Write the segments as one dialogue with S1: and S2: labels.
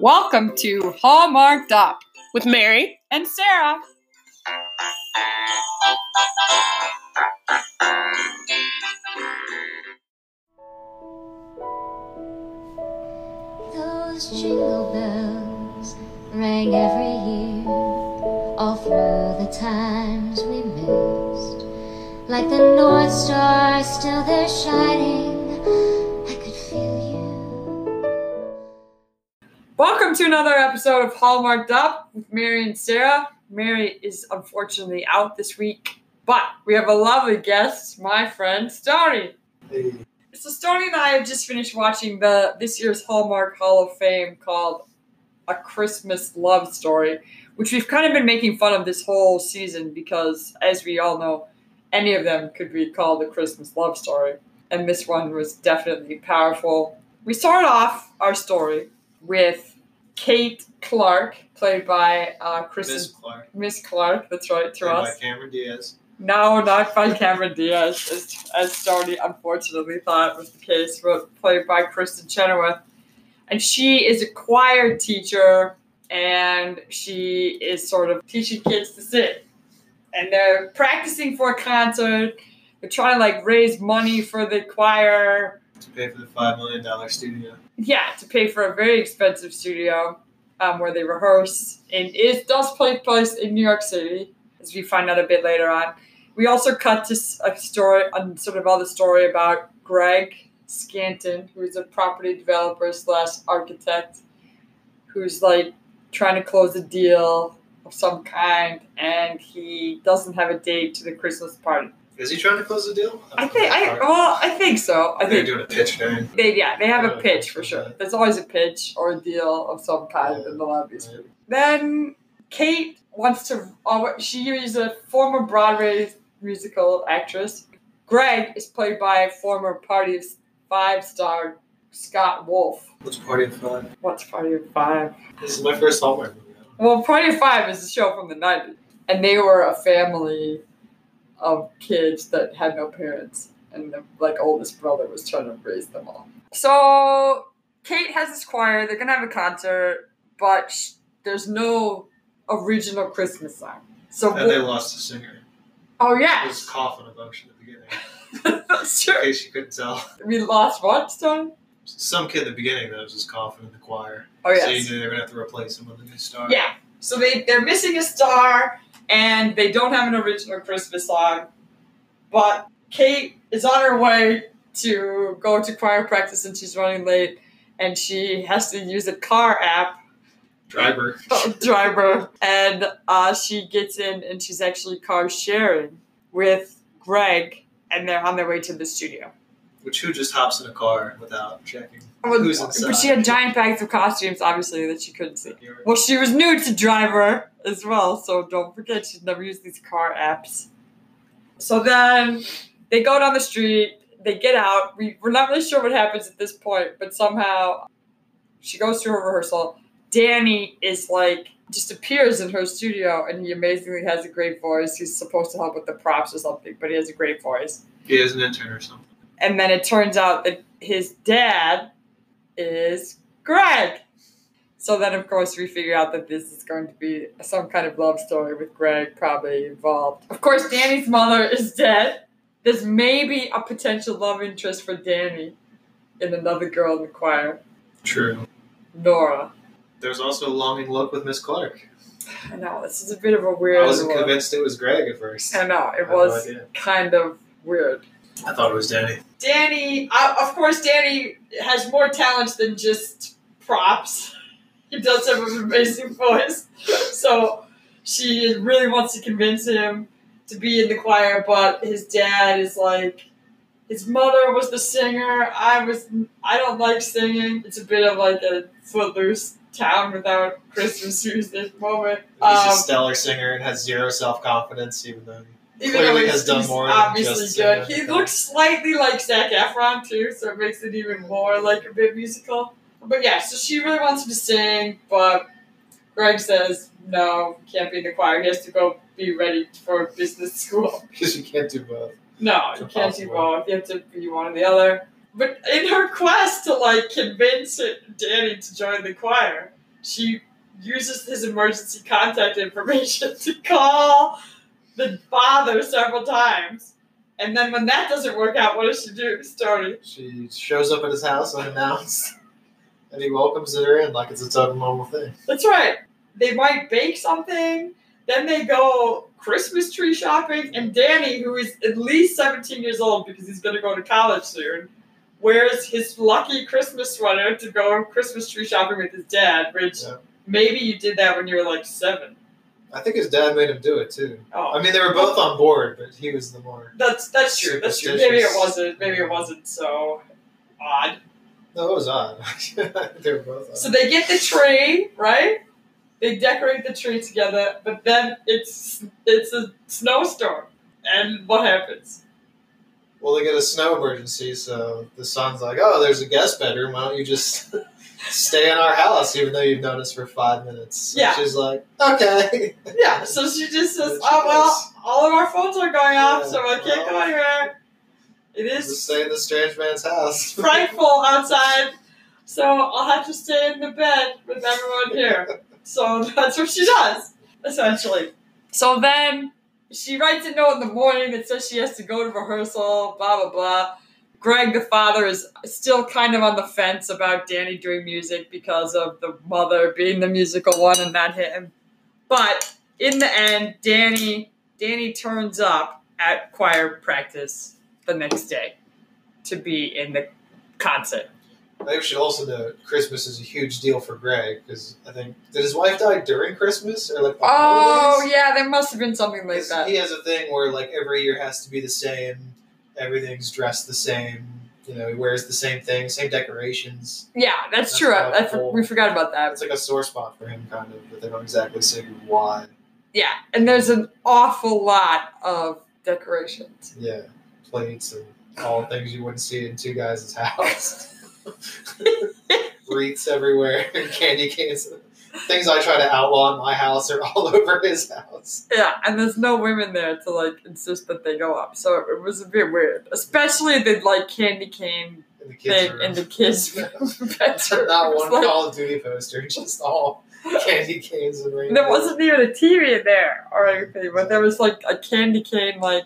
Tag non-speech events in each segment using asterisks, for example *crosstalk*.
S1: Welcome to Hallmarked Up
S2: with Mary.
S1: and Sarah.
S3: Those jingle bells rang every year, all through the times we missed. Like the North Star, still they're shining. I could feel
S1: Welcome to another episode of Hallmarked Up with Mary and Sarah. Mary is unfortunately out this week, but we have a lovely guest, my friend Stony. So Stony and I have just finished watching the this year's Hallmark Hall of Fame called A Christmas Love Story, which we've kind of been making fun of this whole season because as we all know, any of them could be called a Christmas love story. And this one was definitely powerful. We start off our story with Kate Clark, played by uh,
S4: Miss
S1: Kristen
S4: Clark.
S1: Miss Clark. That's right, to
S4: played
S1: us.
S4: by Cameron Diaz.
S1: No, not by Cameron Diaz, as, as Sony unfortunately thought was the case, but played by Kristen Chenoweth. And she is a choir teacher, and she is sort of teaching kids to sing. And they're practicing for a concert. They're trying to like raise money for the choir.
S4: To pay for the five million dollar studio.
S1: Yeah, to pay for a very expensive studio um, where they rehearse. And it does play place in New York City, as we find out a bit later on. We also cut to s- a story, on sort of other story about Greg Scanton, who is a property developer slash architect, who's like trying to close a deal of some kind, and he doesn't have a date to the Christmas party.
S4: Is he trying to close the deal?
S1: I think, I well, I think so. I
S4: They're
S1: think
S4: doing a pitch thing.
S1: they yeah, they have a
S4: Yeah,
S1: pitch for sure. There's always a pitch or a deal of some kind in the lobbies. Then Kate wants to. oh, She is a former Broadway musical actress. Greg is played by former Party of Five star Scott Wolf.
S4: Let's party of five.
S1: What's Party of Five?
S4: This is my first Hallmark movie.
S1: Well, Party of Five is a show from the 90s. And they were a family of kids that had no parents. And the like oldest brother was trying to raise them all. So Kate has this choir. They're going to have a concert. But sh- there's no original Christmas song. So,
S4: And they lost the singer.
S1: oh,
S4: He
S1: yeah. *laughs*
S4: was coughing emotion at the beginning. In
S1: sure.
S4: case you couldn't tell.
S1: We lost what, Stone?
S4: Some kid at the beginning that was just coughing in the choir.
S1: Oh, yes.
S4: So you knew they were gonna have to replace him with a new star.
S1: Yeah. So they they're missing a star, and they don't have an original Christmas song. But Kate is on her way to go to choir practice, and she's running late, and she has to use a car app *laughs*
S4: Driver.
S1: driver, and uh, she gets in, and she's actually car sharing with Greg, and they're on their way to the studio.
S4: Which who just hops in a car without checking who's inside.
S1: Oh, But she had giant bags of costumes, obviously, that she couldn't see. Well, she was new to driver as well, so don't forget she's never used these car apps. So then they go down the street, they get out. We, we're not really sure what happens at this point, but somehow she goes to her rehearsal. Danny is like, just appears in her studio, and he amazingly has a great voice. He's supposed to help with the props or something, but he has a great voice
S4: He is an intern or something.
S1: and then it turns out that his dad is Greg. So then, of course, we figure out that this is going to be some kind of love story with Greg probably involved. Of course, Danny's mother is dead. There's maybe a potential love interest for Danny in another girl in the choir,
S4: True.
S1: Nora.
S4: There's also a longing look with Miss Clark.
S1: I know this is a bit of a
S4: I
S1: weird
S4: wasn't
S1: one.
S4: convinced it was Greg at first.
S1: I know
S4: I
S1: it
S4: had no
S1: was
S4: idea.
S1: kind of weird.
S4: I thought it was Danny.
S1: Danny, uh, of course, Danny has more talent than just props. *laughs* He does have an amazing voice. So she really wants to convince him to be in the choir, but his dad is like, his mother was the singer. I was, I don't like singing. It's a bit of like a footloose town without Christmas music moment.
S4: He's a
S1: Um,
S4: stellar singer and has zero self confidence, even though
S1: even though
S4: Clearly
S1: he's,
S4: has done
S1: he's
S4: more than
S1: obviously
S4: just
S1: good.
S4: sing
S1: He
S4: it.
S1: looks slightly like Zac Efron too, so it makes it even more like a bit musical. But yeah, so she really wants him to sing, but Greg says no, he can't be in the choir. He has to go be ready for business *laughs* school.
S4: *laughs* because you can't do both.
S1: No,
S4: It's
S1: you can't do
S4: impossible.
S1: both. You have to be one or the other. But in her quest to like convince Danny to join the choir, she uses his emergency contact information *laughs* to call the father several times. And then when that doesn't work out, what does she do, Stoney?
S4: She shows up at his house unannounced, and he welcomes her in like it's a total normal thing.
S1: That's right. They might bake something. Then they go Christmas tree shopping. And Danny, who is at least 17 years old because he's going to go to college soon, wears his lucky Christmas sweater to go Christmas tree shopping with his dad, which
S4: Yeah.
S1: maybe you did that when you were like seven.
S4: I think his dad made him do it too.
S1: Oh.
S4: I mean, they were both on board, but he was the more.
S1: that's that's true. That's true. Maybe it
S4: Superstitious.
S1: wasn't. Maybe it wasn't so odd.
S4: No, it was odd. *laughs* they were both odd.
S1: So they get the tree, right? They decorate the tree together, but then it's it's a snowstorm, and what happens?
S4: well, they get a snow emergency, so the son's like, "Oh, there's a guest bedroom. Why don't you just *laughs* stay in our house, even though you've known us for five minutes?" And
S1: Yeah.
S4: she's like, "Okay."
S1: Yeah, so she just says,
S4: Yes, she
S1: "Oh well,
S4: does.
S1: all of our phones are going off,
S4: Yeah,
S1: so I can't go
S4: well.
S1: anywhere." It
S4: just
S1: is
S4: stay in the strange man's house.
S1: frightful outside, so I'll have to stay in the bed with everyone here. So *laughs* that's what she does, essentially. So then she writes a note in the morning that says she has to go to rehearsal. Blah blah blah. Greg, the father, is still kind of on the fence about Danny doing music because of the mother being the musical one and not him. But in the end, Danny Danny turns up at choir practice the next day to be in the concert.
S4: *laughs* Maybe we should also note Christmas is a huge deal for Greg because I think did his wife die during Christmas or like the
S1: Oh
S4: holidays?
S1: yeah, there must have been something like
S4: 'Cause
S1: that.
S4: He has a thing where like every year has to be the same. Everything's dressed the same. You know, he wears the same thing, same decorations.
S1: Yeah, that's,
S4: That's
S1: true.
S4: not
S1: I, I for-
S4: cool.
S1: we forgot about that.
S4: It's like a sore spot for him, kind of, but they don't exactly say why.
S1: Yeah, and there's an awful lot of decorations.
S4: Yeah, plates and all things you wouldn't see in two guys' house. *laughs* Wreaths everywhere, *laughs* candy canes. Things I try to outlaw in my house are all *laughs* over his house.
S1: *laughs* Yeah, and there's no women there to like insist that they go up, so it was a bit weird. Especially the like candy cane
S4: in the kids'
S1: thing
S4: room.
S1: in
S4: *laughs*
S1: the kids' *laughs*
S4: That's
S1: bedroom.
S4: not
S1: It was
S4: one
S1: like-
S4: Call of Duty poster, *laughs* just all candy canes and rainbows.
S1: There wasn't even a TV in there or anything, but there was like a candy cane, like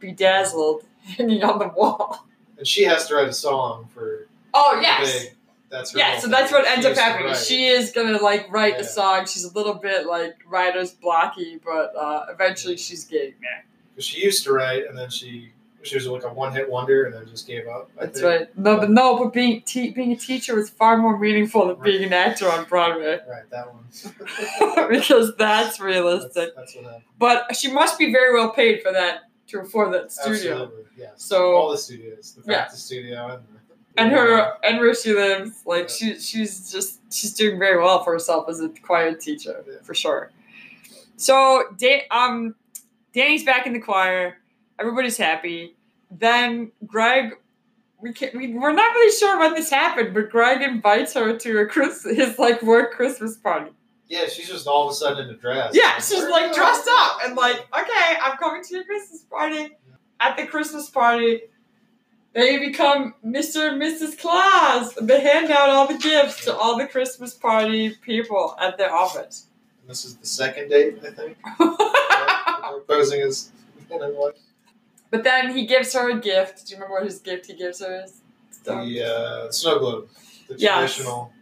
S1: bedazzled, *laughs* hanging on the wall.
S4: And she has to write a song for
S1: Oh
S4: the day. That's her
S1: yeah.
S4: whole
S1: So that's
S4: thing.
S1: what ends
S4: She
S1: up
S4: has to
S1: happening.
S4: write.
S1: She is gonna like write a
S4: Yeah.
S1: song. She's a little bit like writer's blocky, but uh, eventually she's getting there.
S4: 'Cause she used to write, and then she she was like a one hit wonder, and then just gave up. I
S1: That's
S4: think.
S1: right. No, but no, but being te- being a teacher was far more meaningful than being an actor on Broadway *laughs*
S4: Right, that one.
S1: because that's
S4: that's,
S1: realistic.
S4: that's what happened.
S1: But she must be very well paid for that to afford that studio.
S4: Absolutely, yes.
S1: So-
S4: all the studios, the
S1: Yeah.
S4: practice studio, and the,
S1: and her and where she lives like she she's just she's doing very well for herself as a choir teacher
S4: Yeah.
S1: for sure so da- um danny's back in the choir everybody's happy then greg we can't, we, we're not really sure when this happened but greg invites her to a Chris, his like work christmas party
S4: Yeah, she's just all of a sudden in a dress.
S1: yeah she's like dressed up and like okay i'm coming to your christmas party at the christmas party they become Mr. and Mrs. Claus. They hand out all the gifts to all the Christmas party people at their office.
S4: And this is the second date,
S1: *laughs*
S4: I think. yeah, posing as you know, what,
S1: But then he gives her a gift. Do you remember what his gift he gives her is? Stuff.
S4: the uh, snow globe, the
S1: Yes.
S4: traditional.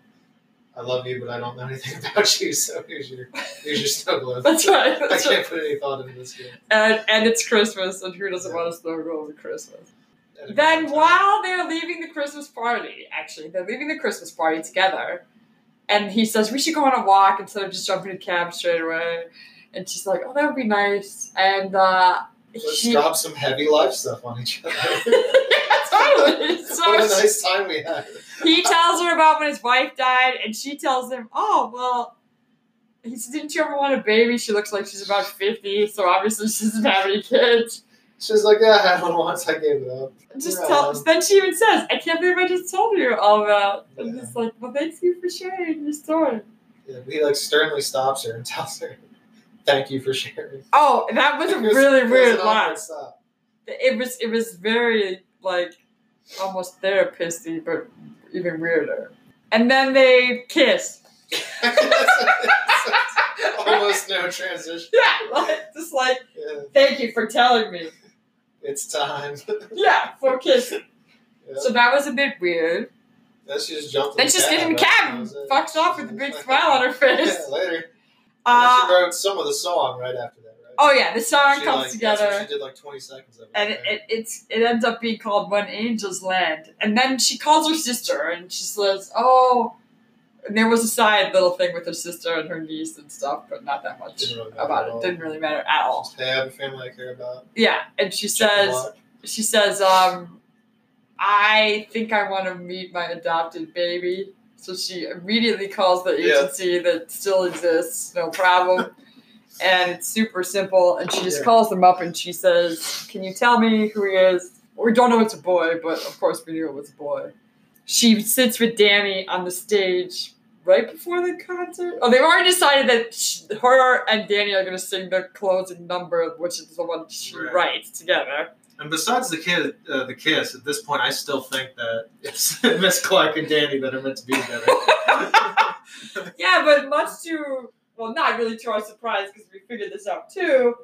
S4: I love you, but I don't know anything *laughs* about you. So here's your here's your
S1: *laughs*
S4: snow globe.
S1: That's right.
S4: *laughs* I
S1: That's right.
S4: can't put any thought into this game.
S1: And, and it's Christmas, and who doesn't want a snow globe at Christmas?
S4: At a
S1: Then
S4: time.
S1: while they're leaving the Christmas party, actually, they're leaving the Christmas party together, and he says, We should go on a walk instead of just jumping in a cab straight away. And she's like, Oh, that would be nice. And uh
S4: let's
S1: he- *laughs*
S4: drop some heavy life stuff on each other. *laughs*
S1: yeah, totally.
S4: what a
S1: *laughs* So
S4: nice time we had.
S1: he tells her about when his wife died, and she tells him, "Oh, well." He says, "Didn't you ever want a baby? She looks like she's about fifty, so obviously she doesn't have any kids."
S4: She's like, yeah, I had one once. I gave it up.
S1: Just
S4: Yeah.
S1: tell. Then she even says, "I can't believe I just told you all about." And
S4: Yeah.
S1: it's like, "Well, thanks you for sharing your story."
S4: Yeah, but he like sternly stops her and *laughs* tells her, "Thank you for sharing."
S1: Oh, and that was a
S4: It was-
S1: really
S4: it was
S1: weird
S4: an awkward
S1: line.
S4: stop. *laughs*
S1: it was it was very like almost therapisty, but even weirder. And then they kiss.
S4: *laughs* Almost no transition.
S1: Yeah, like, just like
S4: Yeah,
S1: thank you for telling me.
S4: it's time. *laughs*
S1: Yeah, for kissing.
S4: Yeah.
S1: So that was a bit weird.
S4: Then she just jumped. in
S1: Then
S4: the
S1: she's
S4: cab,
S1: getting a
S4: that's-
S1: cab,
S4: that was it.
S1: fucks off with a
S4: *laughs*
S1: big smile on her face.
S4: Yeah, later. And
S1: Uh,
S4: she wrote some of the song right after that, right?
S1: oh yeah, the song
S4: She,
S1: comes
S4: like, that's what
S1: together.
S4: She did like 20 seconds of it.
S1: and it, it, it's it ends up being called When Angels Land. And then she calls her sister and she says, "Oh," and there was a side little thing with her sister and her niece and stuff, but not that much
S4: Didn't really matter
S1: about
S4: at all.
S1: it. Didn't really matter at all.
S4: Hey, I have a family I care about.
S1: Yeah, and she
S4: Check the
S1: says,
S4: block.
S1: she says, um, "I think I want to meet my adopted baby." So she immediately calls the
S4: Yeah.
S1: agency that still exists, no
S4: *laughs*
S1: problem. and it's super simple. And she just
S4: Yeah.
S1: calls them up and she says, Can you tell me who he is? We don't know it's a boy, but of course we knew it was a boy. She sits with Danny on the stage right before the concert. Oh, they've already decided that sh her and Danny are going to sing the closing number, which is the one she
S4: Right.
S1: writes together.
S4: And besides the kid, uh, the kiss. At this point, I still think that
S2: *laughs*
S4: it's Miss Clark and Danny that are meant to
S1: *laughs*
S4: be together.
S1: Yeah, but much to well, not really to our surprise because we figured this out too.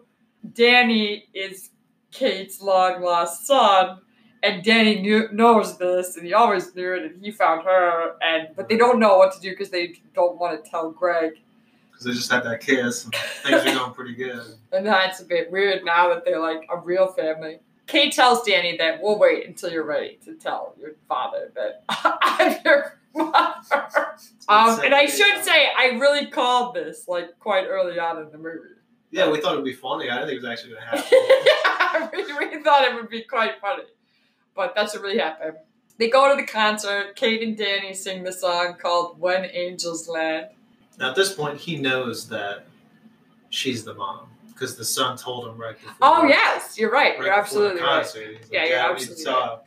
S1: Danny is Kate's long lost son, and Danny knew, knows this, and he always knew it, and he found her, and but they don't know what to do because they don't want to tell Greg,
S2: because they just had that kiss. And things are going pretty good.
S1: and that's a bit weird now that they're like a real family. Kate tells Danny that we'll wait until you're ready to tell your father that *laughs* I'm your mother. Um, and I should say, I really called this like quite early on in the movie. *laughs*
S2: Yeah, we thought it'd be funny. I didn't think it was actually going to happen.
S1: we, we thought it would be quite funny, but that's what really happened. They go to the concert. Kate and Danny sing the song called "When Angels Land."
S2: now at this point, he knows that she's the mom because the son told him right before.
S1: Oh yes, you're right.
S2: right
S1: you're
S2: before
S1: absolutely
S2: the
S1: right.
S2: concert. He's like,
S1: Yeah, you're
S2: we need to
S1: absolutely right.
S2: talk."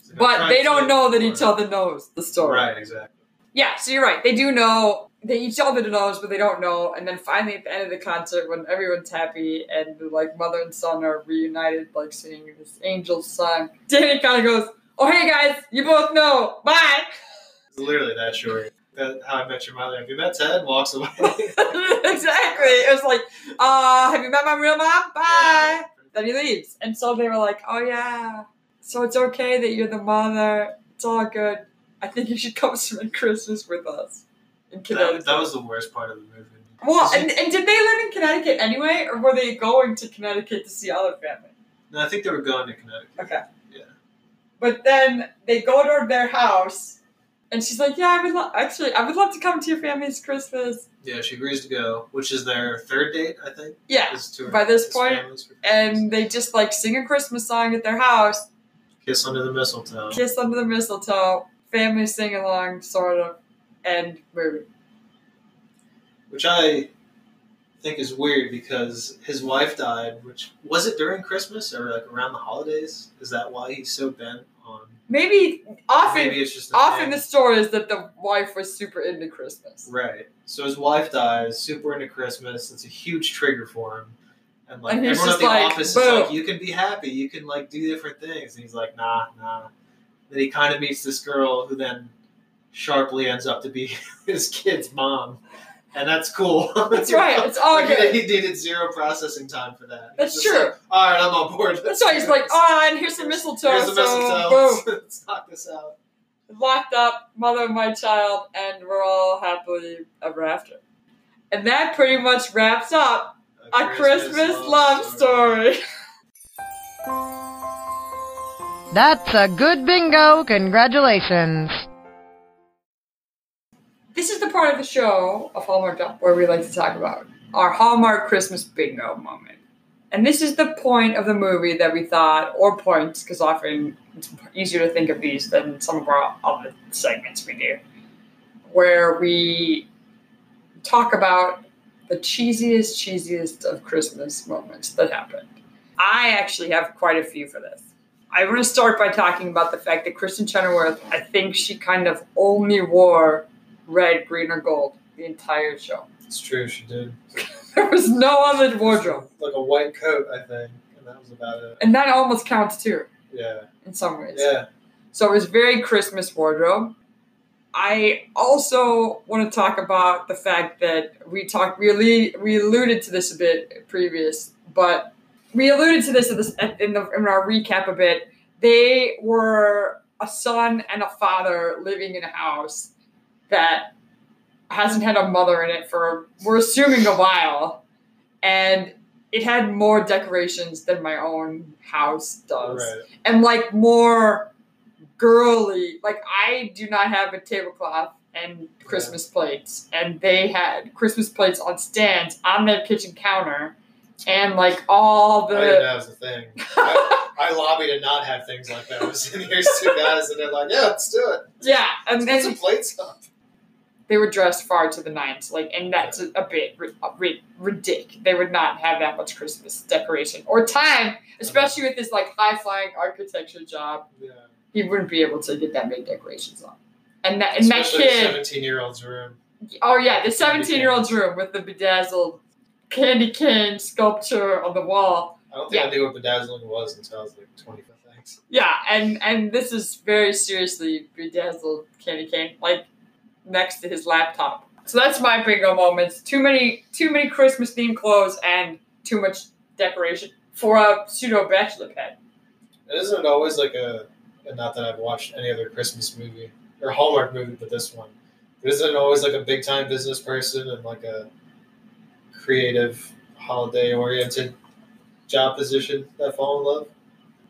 S2: He's like, "I'm
S1: But
S2: trying
S1: they
S2: to
S1: don't
S2: say
S1: know that
S2: it
S1: each
S2: before."
S1: other knows the story.
S2: Right, exactly.
S1: Yeah, so you're right. They do know. They each other knows, but they don't know. And then finally, at the end of the concert, when everyone's happy and like mother and son are reunited, like singing this angels song, Danny kind of goes, "Oh hey guys, you both know. Bye." *laughs*
S2: It's literally that short. That how I met your mother. If you met Ted, walks away.
S1: exactly. It was like, uh, have you met my real mom? Bye. Then he leaves. And so they were like, oh yeah, so it's okay that you're the mother. It's all good. I think you should come *laughs* spend Christmas with us in
S2: That,
S1: Connecticut.
S2: that was the worst part of the movie.
S1: well, and, and did they live in Connecticut anyway, or were they going to Connecticut to see other family?
S2: No, I think they were going to Connecticut.
S1: But then they go to their house, and she's like, "Yeah, I would lo- actually, I would love to come to your family's Christmas."
S2: Yeah, she agrees to go, which is their third date, I think.
S1: Yeah,
S2: is to her-
S1: By this
S2: his
S1: point,
S2: family's for Christmas.
S1: and they just like sing a Christmas song at their house,
S2: kiss under the mistletoe.
S1: Kiss Under the Mistletoe, family sing along, sort of, and movie.
S2: which I think is weird because his wife died. Which was it during Christmas or like around the holidays? Is that why he's so bent on?
S1: Maybe often,
S2: maybe it's just a
S1: often the
S2: thing.
S1: story is that the wife was super into Christmas.
S2: right. So his wife dies, super into Christmas. It's a huge trigger for him, and like
S1: And he's
S2: everyone at
S1: just
S2: the
S1: like,
S2: office
S1: "Boo."
S2: is like, "You can be happy. You can like do different things." And he's like, "Nah, nah." Then he kind of meets this girl who then sharply ends up to be *laughs* his kid's mom, and that's cool. *laughs*
S1: That's right. It's all
S2: Like,
S1: good.
S2: He needed zero processing time for that. He's
S1: That's
S2: just
S1: true.
S2: like, All right, I'm on board.
S1: That's why he's like, oh, and here's the
S2: *laughs*
S1: mistletoe.
S2: Here's the
S1: So,
S2: mistletoe. *laughs* Let's knock this out.
S1: boom, locked up, mother of my child, and we're all happily ever after. And that pretty much wraps up a Christmas, love story.
S5: That's a good bingo. Congratulations.
S1: This is the part of the show of Hallmark Dump where we like to talk about our Hallmark Christmas bingo moment. And this is the point of the movie that we thought, or points, because often it's easier to think of these than some of our other segments we do, where we talk about the cheesiest, cheesiest of Christmas moments that happened. I actually have quite a few for this. I want to start by talking about the fact that Kristen Chenoweth, I think she kind of only wore red, green, or gold the entire show. *laughs*
S4: It's true, she did.
S1: There was no other wardrobe.
S4: Like a white coat, I think. And That was about it.
S1: And that almost counts too
S4: Yeah.
S1: in some ways.
S4: Yeah.
S1: So it was very Christmas wardrobe. I also want to talk about the fact that we talked, we, allu- we alluded to this a bit previous, but we alluded to this, at this at- in, the, in our recap a bit. They were a son and a father living in a house that hasn't had a mother in it for, we're assuming, a while. And it had more decorations than my own house does
S4: Right.
S1: and like more girly. Like I do not have a tablecloth and Christmas plates, and they had Christmas plates on stands on their kitchen counter, and like all
S4: I didn't
S1: the.
S4: know that was
S1: *laughs*
S4: a thing. I, I lobbied to not have things like that. I was in here's two guys, and they're like, "Yeah, let's do it.
S1: Yeah,
S4: Let's
S1: and
S4: get some
S1: then
S4: plates up."
S1: they were dressed far to the nines, like, and that's a, a bit ri- a ri- ridiculous. They would not have that much Christmas decoration or time, especially with this like high flying architecture job.
S4: Yeah.
S1: He wouldn't be able to get that many decorations on, and that and that
S4: Especially
S1: kid.
S4: the seventeen-year-old's room.
S1: Oh yeah, the
S4: The candy
S1: seventeen-year-old's
S4: canes.
S1: room with the bedazzled candy cane sculpture on the wall.
S4: I don't think
S1: Yeah.
S4: I knew what bedazzling was until I was like twenty-five. Thanks.
S1: Yeah, and and this is very seriously bedazzled candy cane, like next to his laptop. So that's my bingo moments. Too many, too many Christmas themed clothes and too much decoration for a pseudo bachelor pad.
S4: And isn't it always like a, and not that I've watched any other Christmas movie or Hallmark movie, but this one, but isn't it always like a big time business person and like a creative, holiday oriented job position that fall in love?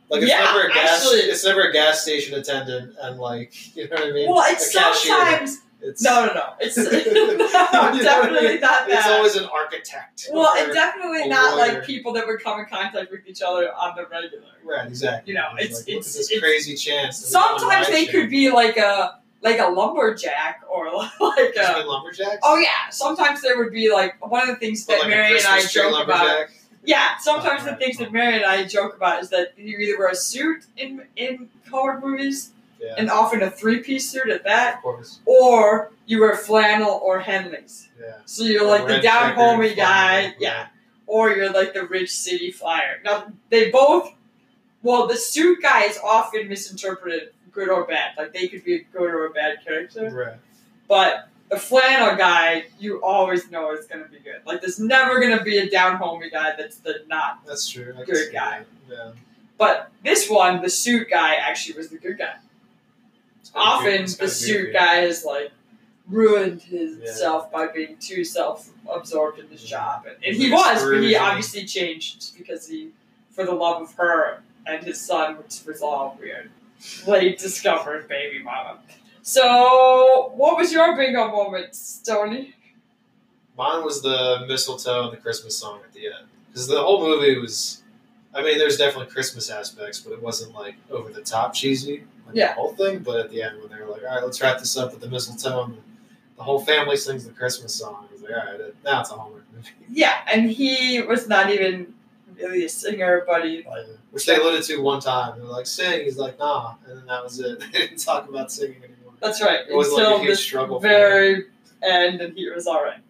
S4: Like it's
S1: Yeah,
S4: never a gas,
S1: actually.
S4: it's never a gas station attendant, and like *laughs* you know what I mean.
S1: Well, it's
S4: A cashier.
S1: sometimes
S4: It's
S1: no, no, no.
S4: *laughs*
S1: It's *laughs* no,
S4: You know what I mean?
S1: definitely not that.
S4: It's always an architect.
S1: well,
S4: or-
S1: and definitely not
S4: lawyer.
S1: like people that would come in contact with each other on the regular.
S4: right, exactly.
S1: you know,
S4: It's
S1: it's-
S4: like, look at
S1: it's-
S4: this
S1: it's-
S4: crazy chance. that we found
S1: Sometimes
S4: my
S1: they
S4: shit.
S1: could be like a like a lumberjack or *laughs* like
S4: Just
S1: a
S4: been lumberjacks.
S1: oh yeah. Sometimes there would be like one of the things
S4: But
S1: that
S4: like a
S1: Mary and I
S4: Christmas tree
S1: joke about.
S4: lumberjack.
S1: Yeah, sometimes the
S4: Alright.
S1: things that Mary and I joke about is that you either wear a suit in in horror movies
S4: Yeah,
S1: and often a three piece suit at that,
S4: of course.
S1: or you wear flannel or Henleys.
S4: Yeah.
S1: So you're like the
S4: Red
S1: down
S4: checkered
S1: homey guy,
S4: flannel.
S1: yeah, or you're like the rich city flyer. Now they both, well, the suit guy is often misinterpreted, good or bad. Like they could be a good or a bad character,
S4: Right.
S1: but the flannel guy, you always know is going to be good. Like there's never going to be a down homey guy that's the not.
S4: That's true. I can
S1: Good
S4: see
S1: guy.
S4: that. Yeah.
S1: But this one, the suit guy actually was the good guy.
S4: It's kinda goofy.
S1: Often
S4: It's
S1: the
S4: kinda
S1: suit
S4: goofy.
S1: guy is like ruined
S4: Yeah.
S1: himself by being too self-absorbed in his
S4: Yeah.
S1: job, and, and Mm-hmm. he
S4: Like
S1: was, but
S4: Scrooge
S1: he
S4: and-
S1: obviously changed because he, for the love of her and his son, which was all weird, late discovered baby mama. So, what was your bingo moment, Stoney?
S4: Mine was the mistletoe and the Christmas song at the end because the whole movie was. I mean, there's definitely Christmas aspects, but it wasn't like over the top cheesy, like
S1: Yeah.
S4: the whole thing. But at the end, when they were like, "All right, let's wrap this up with the mistletoe," and the whole family sings the Christmas song, I was like, "All right, that- now it's a Hallmark movie."
S1: Yeah, and he was not even really a singer, but he like,
S4: Which they alluded to one time. They were like, "Sing." He's like, "Nah," and then that was it. *laughs* They didn't talk about singing anymore.
S1: That's right.
S4: It was like
S1: Until
S4: a huge
S1: the
S4: struggle for
S1: Very end, and he was all right.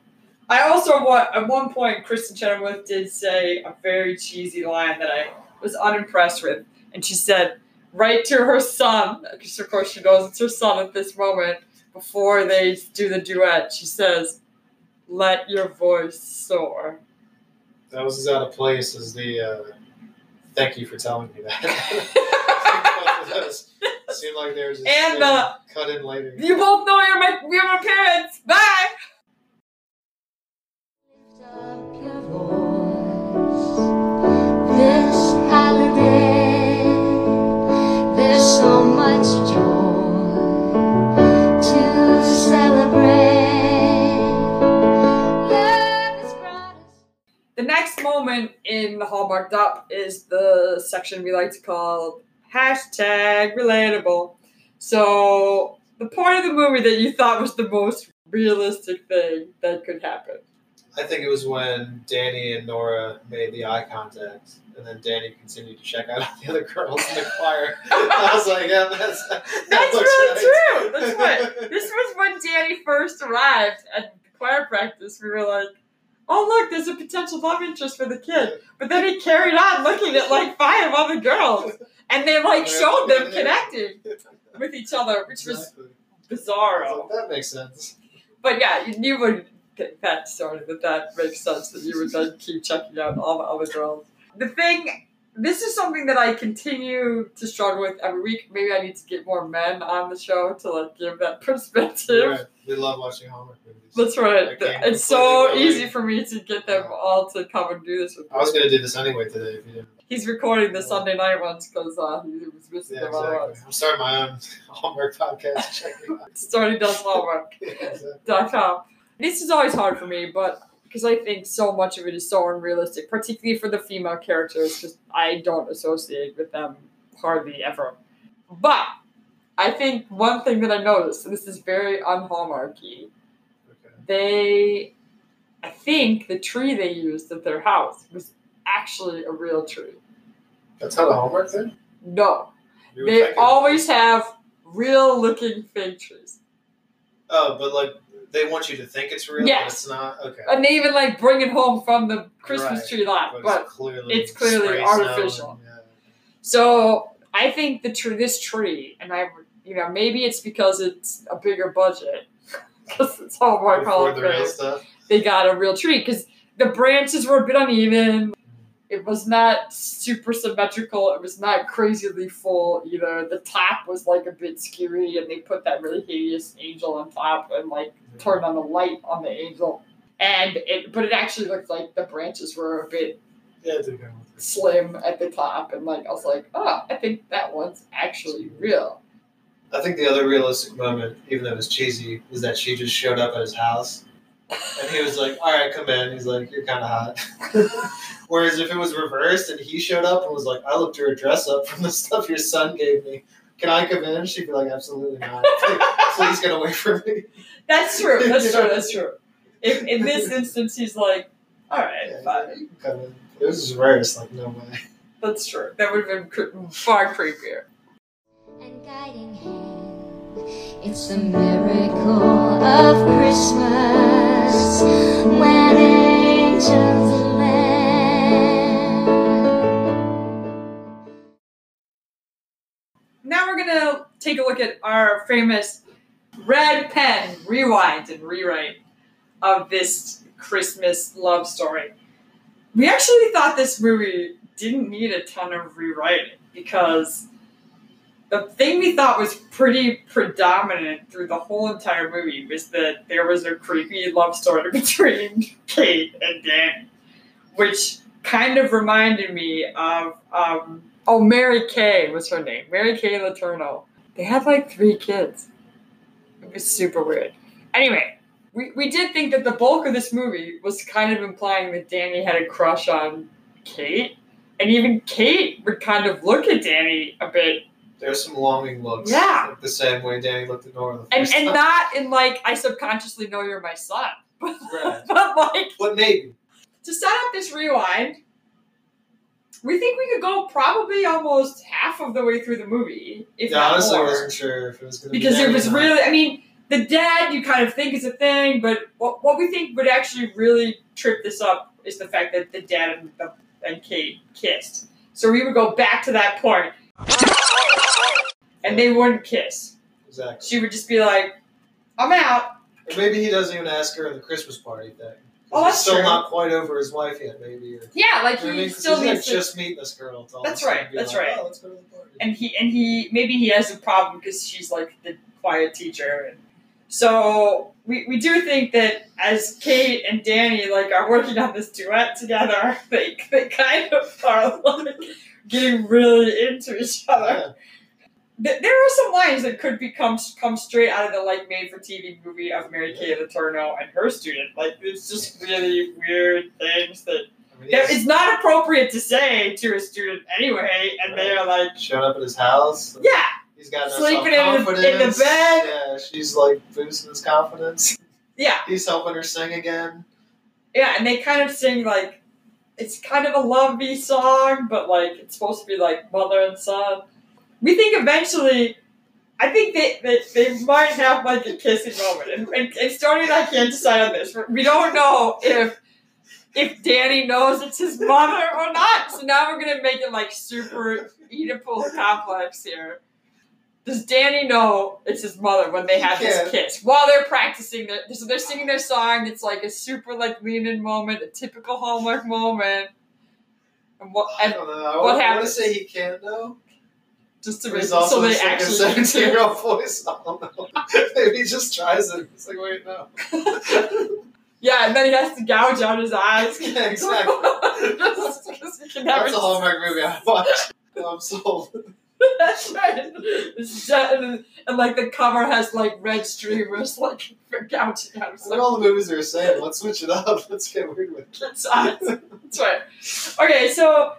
S1: I also want at one point Kristen Chenoweth did say a very cheesy line that I was unimpressed with, and she said, "Write to her son," because of course she knows it's her son at this moment. Before they do the duet, she says, "Let your voice
S4: *laughs*
S1: soar." *laughs*
S4: That was as out of place as the uh, thank you for telling me that. *laughs* Both of those seemed like they were just
S1: And,
S4: you know,
S1: uh,
S4: cut in later.
S1: you both know you're my you're my parents. Bye.
S3: Lift up your voice this holiday. There's so much joy to celebrate. Love has brought us.
S1: The next moment in the Hallmarked Up is the section we like to call hashtag relatable. So, the part of the movie that you thought was the most realistic thing that could happen.
S4: I think it was when Danny and Nora made the eye contact, and then Danny continued to check out *laughs* all the other girls in the choir. I was like, yeah, that's that
S1: That's
S4: looks
S1: really
S4: right.
S1: true.
S4: *laughs*
S1: That's right. This was when Danny first arrived at the choir practice. We were like, oh look, there's a potential love interest for the kid. But then he carried on looking at like five other girls, and they like showed them connecting with each other, which was
S4: Exactly.
S1: bizarro.
S4: That makes sense.
S1: But yeah, you knew when that started that that makes sense that you would then keep checking out all the other girls. The thing, this is something that I continue to struggle with every week. Maybe I need to get more men on the show to like give that *laughs* perspective.
S4: You're right. We love watching Hallmark movies.
S1: That's
S4: I
S1: right.
S4: can't
S1: It's so
S4: completely
S1: easy
S4: relate.
S1: for me to get them
S4: Yeah.
S1: all to come and do this with
S4: I was
S1: me.
S4: gonna do this anyway today if you didn't.
S1: He's recording the Sunday night ones because uh, he was missing
S4: Yeah,
S1: them otherwise.
S4: exactly. I'm starting my own *laughs* Hallmark podcast. Check it out.
S1: StoryDoesLawWork.com.
S4: Yeah, exactly.
S1: This is always hard for me, but because I think so much of it is so unrealistic, particularly for the female characters, because I don't associate with them hardly ever. But I think one thing that I noticed, and this is very unhallmarky,
S4: Okay.
S1: they i think the tree they used at their house was actually a real tree
S4: That's not a Hallmark thing.
S1: no
S4: You would
S1: they
S4: think it-
S1: always have real looking fig trees
S4: Oh, but like they want you to think it's real, but
S1: Yes. Uh,
S4: it's not. Okay.
S1: and they even like bring it home from the christmas
S4: Right.
S1: tree lot
S4: it's
S1: but
S4: clearly,
S1: it's clearly
S4: spray snow
S1: artificial.
S4: and- yeah.
S1: so i think the tree this tree and i you know maybe it's because it's a bigger budget *laughs* because it's all white
S4: Before
S1: collar
S4: the real stuff.
S1: they got a real tree because the branches were a bit uneven. It was not super symmetrical. It was not crazily full either. The top was like a bit skewy, and they put that really hideous angel on top and like turned on the light on the angel. And it, but it actually looked like the branches were a bit
S4: Yeah, it did come with it.
S1: slim at the top, and like I was like, oh, I think that one's actually real.
S4: I think the other realistic moment, even though it was cheesy, was that she just showed up at his house, and he was like, "All right, come in." He's like, "You're kind of hot." *laughs* Whereas if it was reversed and he showed up and was like, "I looked her dress up from the *laughs* stuff your son gave me. Can I come in?" She'd be like, "Absolutely not. *laughs* Please get away from me."
S1: That's true. That's true. That's *laughs* true. In, in this instance, he's like, all right,
S4: Yeah,
S1: fine.
S4: you can come in. It was reversed, like no way.
S1: That's true. That would have been cre- far creepier.
S3: and guiding hand. It's the miracle of Christmas when angels land.
S1: Now we're gonna take a look at our famous red pen rewind and rewrite of this Christmas love story. We actually thought this movie didn't need a ton of rewriting because the thing we thought was pretty predominant through the whole entire movie was that there was a creepy love story *laughs* between Kate and Danny, which kind of reminded me of um, Oh, Mary Kay was her name. Mary Kay Letourneau. They had like three kids. It was super weird. Anyway, we, we did think that the bulk of this movie was kind of implying that Danny had a crush on Kate. And even Kate would kind of look at Danny a bit.
S4: There's some longing looks.
S1: Yeah.
S4: like the same way Danny looked at Nora the
S1: And,
S4: first
S1: and
S4: time.
S1: not in like, I subconsciously know you're my son. But,
S4: Right.
S1: *laughs* but like,
S4: but maybe.
S1: to set up this rewind, we think we could go probably almost half of the way through the movie. If
S4: yeah,
S1: not
S4: honestly, I
S1: more.
S4: wasn't sure if it was going to
S1: because
S4: be
S1: it
S4: Danny
S1: was
S4: or not.
S1: really i mean the dad you kind of think is a thing but what, what we think would actually really trip this up is the fact that the dad and, the, and kate kissed so we would go back to that point and they wouldn't kiss
S4: exactly.
S1: she would just be like i'm out
S4: Or maybe he doesn't even ask her in the Christmas party thing.
S1: Oh,
S4: he's
S1: that's
S4: still
S1: true.
S4: not quite over his wife yet, maybe. Or,
S1: yeah like
S4: You know what
S1: he
S4: I mean? 'Cause
S1: still
S4: he's like,
S1: needs to
S4: just meet this girl. It's all
S1: That's
S4: of a sudden
S1: right,
S4: be
S1: that's
S4: like,
S1: right.
S4: Oh, let's go to the party.
S1: and he and he maybe he has a problem because she's like the quiet teacher and so we, we do think that as Kate and Danny like are working on this duet together, *laughs* they, they kind of are like getting really into each other.
S4: Yeah.
S1: Th- There are some lines that could be come, come straight out of the like made for TV movie of Mary Kay Letourneau and her student. Like it's just really weird things that
S4: I mean, he
S1: that it's not appropriate to say to a student anyway, and they are like,
S4: just showed up at his house.
S1: yeah,
S4: He's got no
S1: Sleeping in the- in the
S4: self-confidence.
S1: bed.
S4: Yeah, she's like boosting his confidence.
S1: yeah.
S4: He's helping her sing again.
S1: Yeah, and they kind of sing like it's kind of a lovey song, but like it's supposed to be like mother and son. We think eventually, I think they they, they might have like a kissing moment, and, and, and Stoney and I can't decide on this. We don't know if if Danny knows it's his mother or not. So now we're gonna make it like super Oedipal complex here. Does Danny know it's his mother when they have
S4: Yeah.
S1: this kiss while they're practicing their so they're singing their song? It's like a super like lean in moment, a typical Hallmark moment. And what
S4: I
S1: and
S4: don't know. I
S1: what
S4: want, I want to
S1: happens-
S4: say he can though.
S1: just to
S4: But
S1: make
S4: he's
S1: so
S4: also
S1: they
S4: just like a *laughs*
S1: actually
S4: seventeen-year-old voice. I don't know. *laughs* Maybe he just tries it. It's like wait, no.
S1: Yeah, and then he has to gouge out his eyes.
S4: *laughs* Yeah, exactly.
S1: *laughs* Just
S4: *laughs*
S1: 'cause he can never
S4: That's a Hallmark movie I watch. *laughs* I'm sold.
S1: *laughs* That's right. It's just- and, and, like the cover has like red streamers *laughs* like for gouging out of
S4: *laughs* It's like all the movies are the same. Let's switch it up. *laughs* Let's get weird with it.
S1: someone's *laughs* eyes. That's right. Okay, so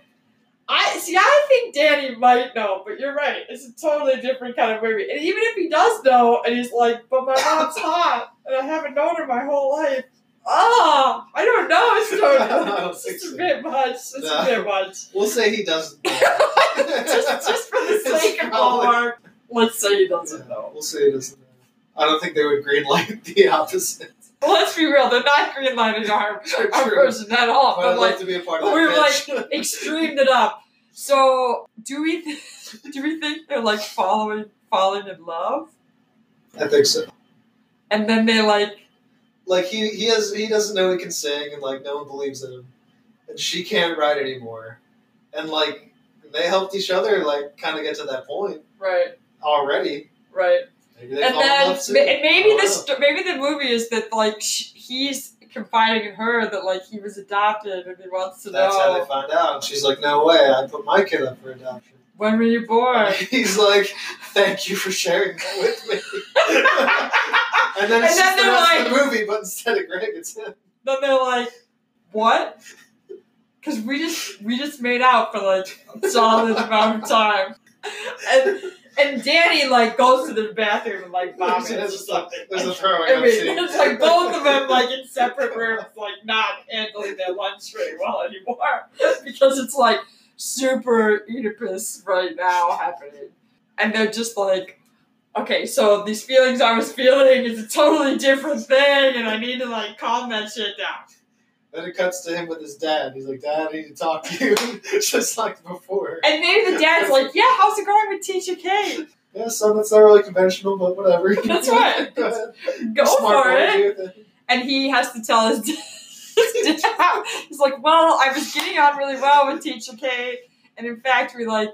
S1: I see. I think Danny might know, but you're right. It's a totally different kind of movie. And even if he does know, and he's like, "But my mom's hot, and I haven't known her my whole life." Oh, I don't know.
S4: *laughs*
S1: It's,
S4: I don't
S1: it's
S4: think
S1: just
S4: so.
S1: a bit much. It's
S4: No.
S1: a bit much.
S4: We'll say he doesn't. know.
S1: *laughs* just, just for the
S4: It's
S1: sake of
S4: probably-
S1: Hallmark, let's say he doesn't
S4: Yeah,
S1: know.
S4: We'll say he doesn't. know. I don't think they would green light the
S1: *laughs*
S4: opposite.
S1: Well, let's be real, they're not greenlining our,
S4: True,
S1: our
S4: true.
S1: version at all.
S4: But I'd
S1: But
S4: love
S1: like
S4: to be a part
S1: but
S4: of
S1: we were
S4: that
S1: like extremed it up. So do we th- *laughs* do we think they're like following falling in love?
S4: *laughs* I think so.
S1: And then they like
S4: Like he he has he doesn't know he can sing and like no one believes in him, and she can't write anymore, and like they helped each other like kind of get to that point
S1: Right,
S4: already.
S1: right.
S4: Maybe they
S1: and
S4: fall in
S1: then
S4: love too.
S1: ma- and
S4: I
S1: maybe
S4: don't
S1: the
S4: know.
S1: sto- maybe the movie is that like sh- he's confiding in her that like he was adopted and he wants to
S4: That's how
S1: know
S4: they find out. And she's like, "No way! I put my kid up for adoption."
S1: when were you born?
S4: *laughs* He's like, "Thank you for sharing that
S1: *laughs*
S4: with me." and then it's
S1: And then
S4: just the
S1: they're
S4: rest of the movie, but instead of Greg, it's him.
S1: then they're like, "What?" Because we just we just made out for like a solid amount of time, and and Danny like goes to the bathroom and like
S4: *laughs*
S1: vomits.
S4: There's just like- there's a throwing
S1: I
S4: up
S1: mean,
S4: scene.
S1: it's like both of them like in separate rooms, like not handling their lunch very well anymore because it's like super Oedipus right now happening, and they're just like. Okay, so these feelings I was feeling is a totally different thing, and I need to like calm that shit down.
S4: *laughs* Then it cuts to him with his dad. He's like, "Dad, I need to talk to you," *laughs* just like before.
S1: And maybe the dad's like, yeah, how's it going with Teacher Kate?
S4: Yeah, son, that's not really conventional, but whatever. *laughs*
S1: That's right.
S4: Go ahead.
S1: Go
S4: Smart
S1: for
S4: boy,
S1: it.
S4: do your thing.
S1: And he has to tell his *laughs* his dad. He's like, well, I was getting on really well with Teacher Kate. And in fact, we like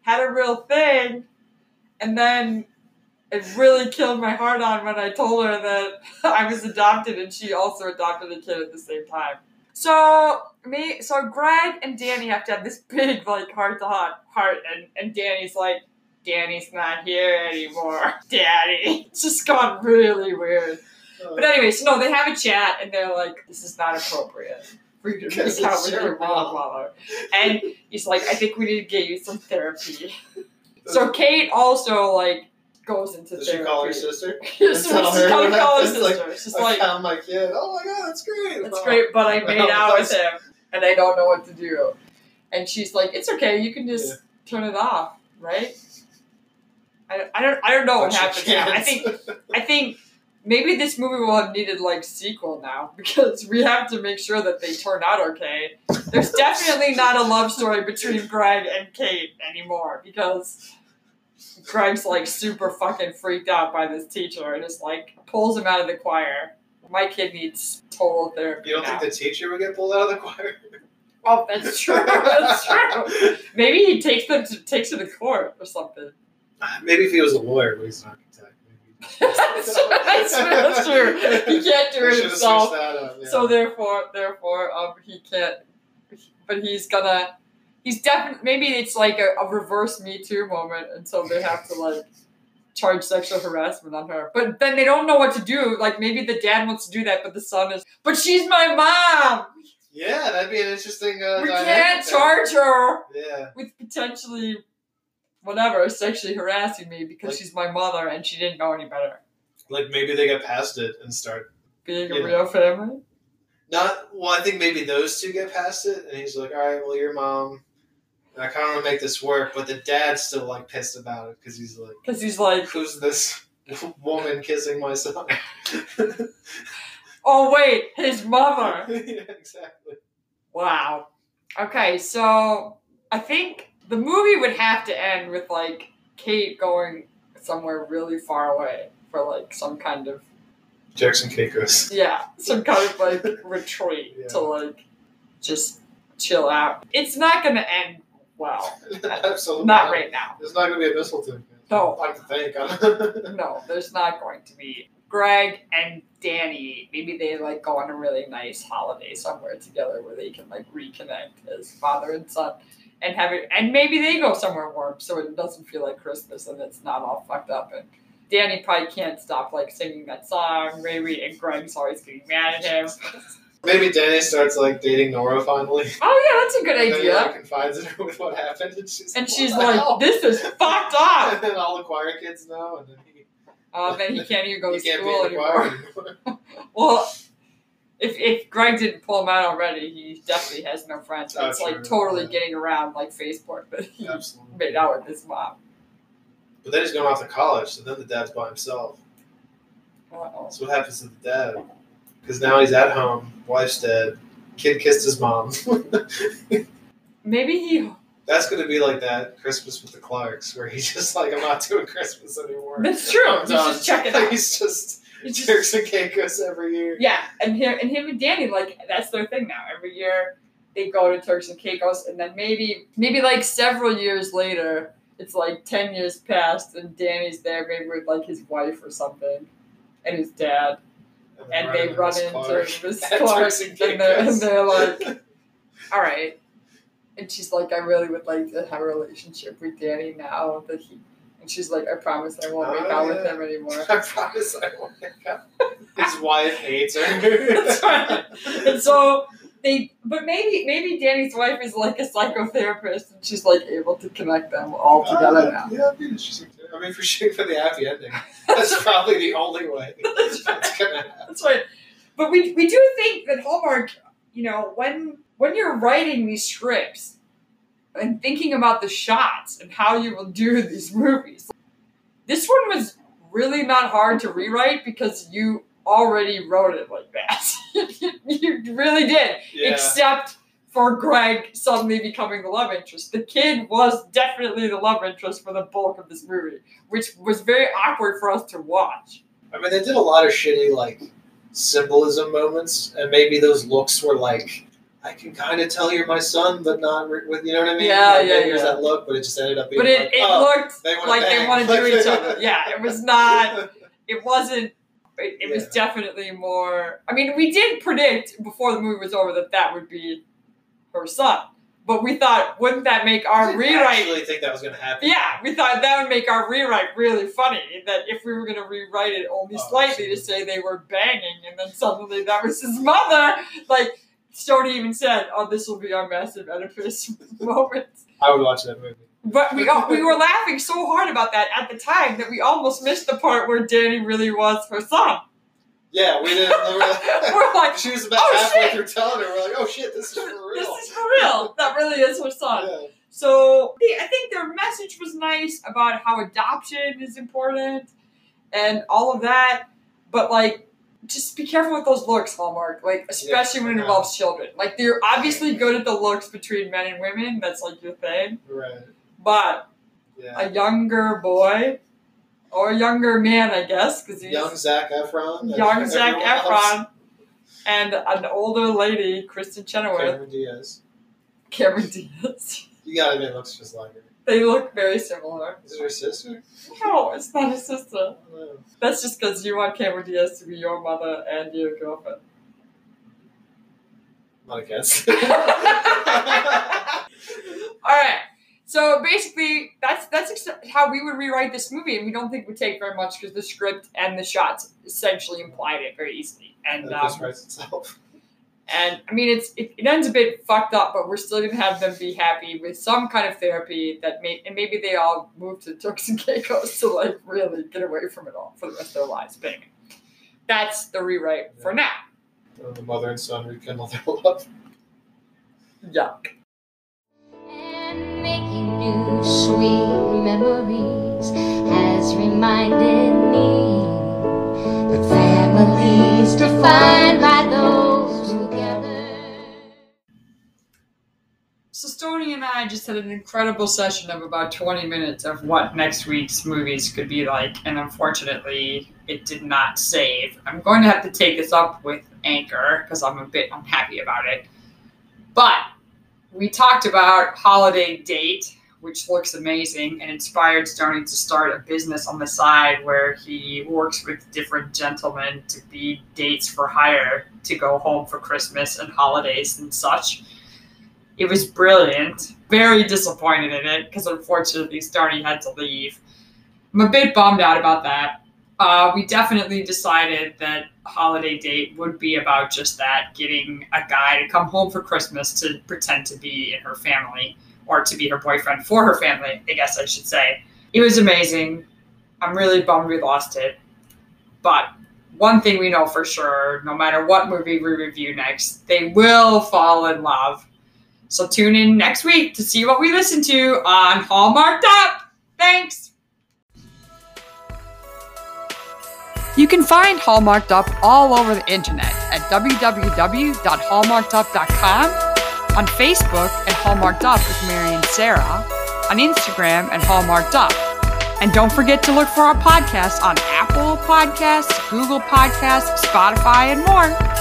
S1: had a real thing. And then it really killed my heart on when I told her that *laughs* I was adopted and she also adopted a kid at the same time. So me so Greg and Danny have to have this big like heart to heart heart and, and Danny's like, Danny's not here anymore. *laughs* Daddy. It's just gone really weird. *laughs* But anyway, so no, they have a chat and they're like, This is not appropriate. for you to
S4: Because
S1: make out
S4: it's
S1: with
S4: your
S1: your blah
S4: mom.
S1: blah blah. And he's like, I think we need to get you some therapy. So Kate also like goes into
S4: Uh, Does she
S1: therapy.
S4: call her
S1: *laughs*
S4: sister?
S1: Yeah,
S4: and
S1: so
S4: tell
S1: she's
S4: her
S1: gotta
S4: what
S1: call her
S4: happened? Like,
S1: sister. She's
S4: I *laughs*
S1: like,
S4: found my kid. Oh my god, that's great.
S1: that's
S4: Mom.
S1: great, but I made
S4: *laughs* Well,
S1: out with
S4: that's-
S1: him, and I don't know what to do. And she's like, it's okay, you can just turn it off, right? I, I don't I don't know
S4: But
S1: what happens.
S4: she
S1: now. I
S4: can't.
S1: think
S4: *laughs*
S1: I think maybe this movie will have needed like sequel now *laughs* because we have to make sure that they turn out okay. There's definitely not a love story between Greg and Kate anymore because Greg's like super fucking freaked out by this teacher and just like pulls him out of the choir. My kid needs total therapy.
S4: You don't
S1: now.
S4: think the teacher would get pulled out of the choir?
S1: Oh, that's true. That's true. *laughs* Maybe he takes them to takes them to court or something.
S4: *laughs*
S1: *laughs*
S4: Maybe if he was a lawyer, but he's not.
S1: that's, true, that's true. That's true. He can't do
S4: They
S1: it
S4: should have switched
S1: himself.
S4: that up. Yeah.
S1: So therefore, therefore, um, he can't. But he's gonna. He's definitely. Maybe it's like a, a reverse Me Too moment, and so they have to like charge sexual harassment on her. But then they don't know what to do. Like maybe the dad wants to do that, but the son is. But she's my mom.
S4: yeah, that'd be an interesting. Uh,
S1: We
S4: dynamic
S1: can't
S4: there.
S1: charge her
S4: Yeah,
S1: with potentially whatever sexually harassing me because
S4: Like-
S1: she's my mother and she didn't know any better.
S4: like maybe they get past it and start.
S1: Being a
S4: Yeah.
S1: real family.
S4: Not well. I think maybe those two get past it, and he's like, "All right, well, your mom." and I kind of want to make this work, but the dad's still like pissed about it because he's like, *laughs*
S1: Because he's like,
S4: "Who's this woman kissing my son?"
S1: Oh wait, his mother.
S4: *laughs* yeah, exactly.
S1: Wow. Okay, so I think the movie would have to end with like Kate going somewhere really far away for like some kind of
S4: Jackson Caicos.
S1: yeah, some kind of like retreat
S4: Yeah.
S1: to like just chill out. It's not gonna end well.
S4: *laughs* Absolutely.
S1: Not right now.
S4: There's not going to be a mistletoe.
S1: No.
S4: I can think. I-
S1: No, there's not going to be. Greg and Danny, maybe they like go on a really nice holiday somewhere together where they can like reconnect as father and son and have it and maybe they go somewhere warm so it doesn't feel like Christmas and it's not all fucked up and Danny probably can't stop like singing that song. Ray Ray and Greg's always getting mad at him.
S4: *laughs* Maybe Danny starts like dating Nora finally.
S1: Oh yeah, that's a good
S4: And then he,
S1: idea.
S4: like, confides in her with what happened, and she's
S1: And
S4: "What
S1: she's
S4: the
S1: like,
S4: hell?"
S1: "This is fucked
S4: *laughs*
S1: up."
S4: and then all the choir kids know, and then he,
S1: Um, and he can't even go
S4: he
S1: to
S4: can't be
S1: school
S4: in the
S1: anymore. *laughs*
S4: choir anymore. *laughs*
S1: Well, if if Greg didn't pull him out already, he definitely has no friends.
S4: Oh,
S1: it's
S4: true,
S1: like totally
S4: yeah.
S1: getting around like Facebook, but he
S4: Absolutely.
S1: made out with his mom.
S4: But then he's going off to college, so then the dad's by himself.
S1: Uh-oh.
S4: So what happens to the dad? Because now he's at home, wife's dead, kid kissed his mom. *laughs*
S1: Maybe he.
S4: That's gonna be like that Christmas with the Clarks, where he's *laughs* just like, I'm not doing Christmas anymore.
S1: That's true.
S4: I'm
S1: He's
S4: done.
S1: just checking out.
S4: *laughs* He's just
S1: he just-
S4: jerks and caicos every year.
S1: yeah, and him and him and Danny like that's their thing now. Every year they go to Turks and Caicos, and then maybe maybe like several years later, it's like ten years past, and Danny's there maybe with like his wife or something, and his dad. and they run
S4: this
S1: into
S4: Clark. *laughs*
S1: Miss
S4: At
S1: Clark,
S4: Turks and
S1: and they're, and
S4: Caicos.
S1: they're like, "All right," and she's like, "I really would like to have a relationship with Danny now that he," and she's like, "I promise I won't make
S4: Oh,
S1: out
S4: yeah.
S1: with him
S4: *laughs*
S1: anymore."
S4: *laughs* I promise I won't make up. His wife *laughs* hates her.
S1: That's right. and so they, but maybe maybe Danny's wife is like a psychotherapist, and she's like able to connect them all together now.
S4: Ah, yeah, that'd be interesting. too. I mean, for shooting for the happy ending, that's probably the only way that's gonna happen.
S1: That's right. But we we do think that Hallmark, you know, when when you're writing these scripts and thinking about the shots and how you will do these movies, this one was really not hard to rewrite because you already wrote it like that. *laughs* you really did,
S4: Yeah.
S1: except for Greg suddenly becoming the love interest. The kid was definitely the love interest for the bulk of this movie, which was very awkward for us to watch.
S4: I mean, they did a lot of shitty like symbolism moments, and maybe those looks were like, I can kind of tell you're my son, but not re- with you know what I mean.
S1: Yeah,
S4: like,
S1: yeah,
S4: maybe it was
S1: yeah.
S4: That look, but it just ended up being
S1: But it,
S4: like,
S1: it
S4: oh,
S1: looked
S4: they wanna
S1: like
S4: bang.
S1: they want to do each
S4: *laughs*
S1: other. Yeah, it was not. It wasn't. It, it was
S4: Yeah.
S1: definitely more. I mean, we did predict before the movie was over that that would be her son, but we thought, wouldn't that make
S4: I
S1: our
S4: didn't
S1: rewrite?
S4: actually think that was gonna happen.
S1: Yeah, we thought that would make our rewrite really funny. That if we were going to rewrite it only
S4: Oh,
S1: slightly to say they were banging, and then suddenly that was his mother. Like Stoney even said, "Oh, this will be our massive Oedipus *laughs* moment."
S4: I would watch that movie.
S1: But we all, we were laughing so hard about that at the time that we almost missed the part where Danny really was her son. *laughs*
S4: Yeah, we didn't. we were-
S1: We're like,
S4: she was about
S1: Oh,
S4: halfway
S1: shit.
S4: through telling her, we're like, oh shit, this is for real.
S1: this is for real. That really is her son.
S4: Yeah.
S1: So they- I think their message was nice about how adoption is important and all of that. But like, just be careful with those looks, Hallmark. Like, especially when it
S4: yeah.
S1: involves children. Like, they're obviously good at the looks between men and women. That's like your thing.
S4: Right.
S1: But
S4: Yeah.
S1: a younger boy or a younger man, I guess, because he's
S4: Young Zach Efron. and
S1: young Zac
S4: everyone else.
S1: Efron and an older lady, Kristen Chenoweth,
S4: Cameron Diaz.
S1: Cameron Diaz. *laughs*
S4: You gotta admit, it looks just like her.
S1: They look very similar.
S4: Is it her sister?
S1: No, it's not a
S4: I
S1: sister.
S4: don't know.
S1: That's just because you want Cameron Diaz to be your mother and your girlfriend. *laughs*
S4: Not *laughs* against.
S1: All right. So basically, that's that's ex- how we would rewrite this movie, and we don't think would take very much because the script and the shots essentially implied it very easily. And um,
S4: just writes itself.
S1: And I mean, it's it, it ends a bit fucked up, but we're still gonna have them be happy with some kind of therapy that may and maybe they all move to Turks and Caicos to like really get away from it all for the rest of their lives. But anyway, that's the rewrite for now.
S4: And the mother and son rekindle their love.
S1: Yeah.
S3: And making new sweet memories has reminded me that families is defined by those together.
S1: So Stoney and I just had an incredible session of about 20 minutes of what next week's movies could be like, and unfortunately, it did not save. I'm going to have to take this up with Anchor because I'm a bit unhappy about it. But we talked about Holiday Date, which looks amazing and inspired Stoney to start a business on the side where he works with different gentlemen to be dates for hire to go home for Christmas and holidays and such. It was brilliant. Very disappointed in it because unfortunately, Starny had to leave. I'm a bit bummed out about that. Uh, we definitely decided that holiday date would be about just that getting a guy to come home for Christmas to pretend to be in her family or to be her boyfriend for her family, I guess I should say. It was amazing. I'm really bummed we lost it. But one thing we know for sure no matter what movie we review next, they will fall in love. So tune in next week to see what we listen to on Hallmarked Up. Thanks. You can find Hallmarked Up all over the internet at www.hallmarkedup.com, on Facebook at Hallmarked Up with Mary and Sarah, on Instagram at Hallmarked Up. And don't forget to look for our podcast on Apple Podcasts, Google Podcasts, Spotify, and more.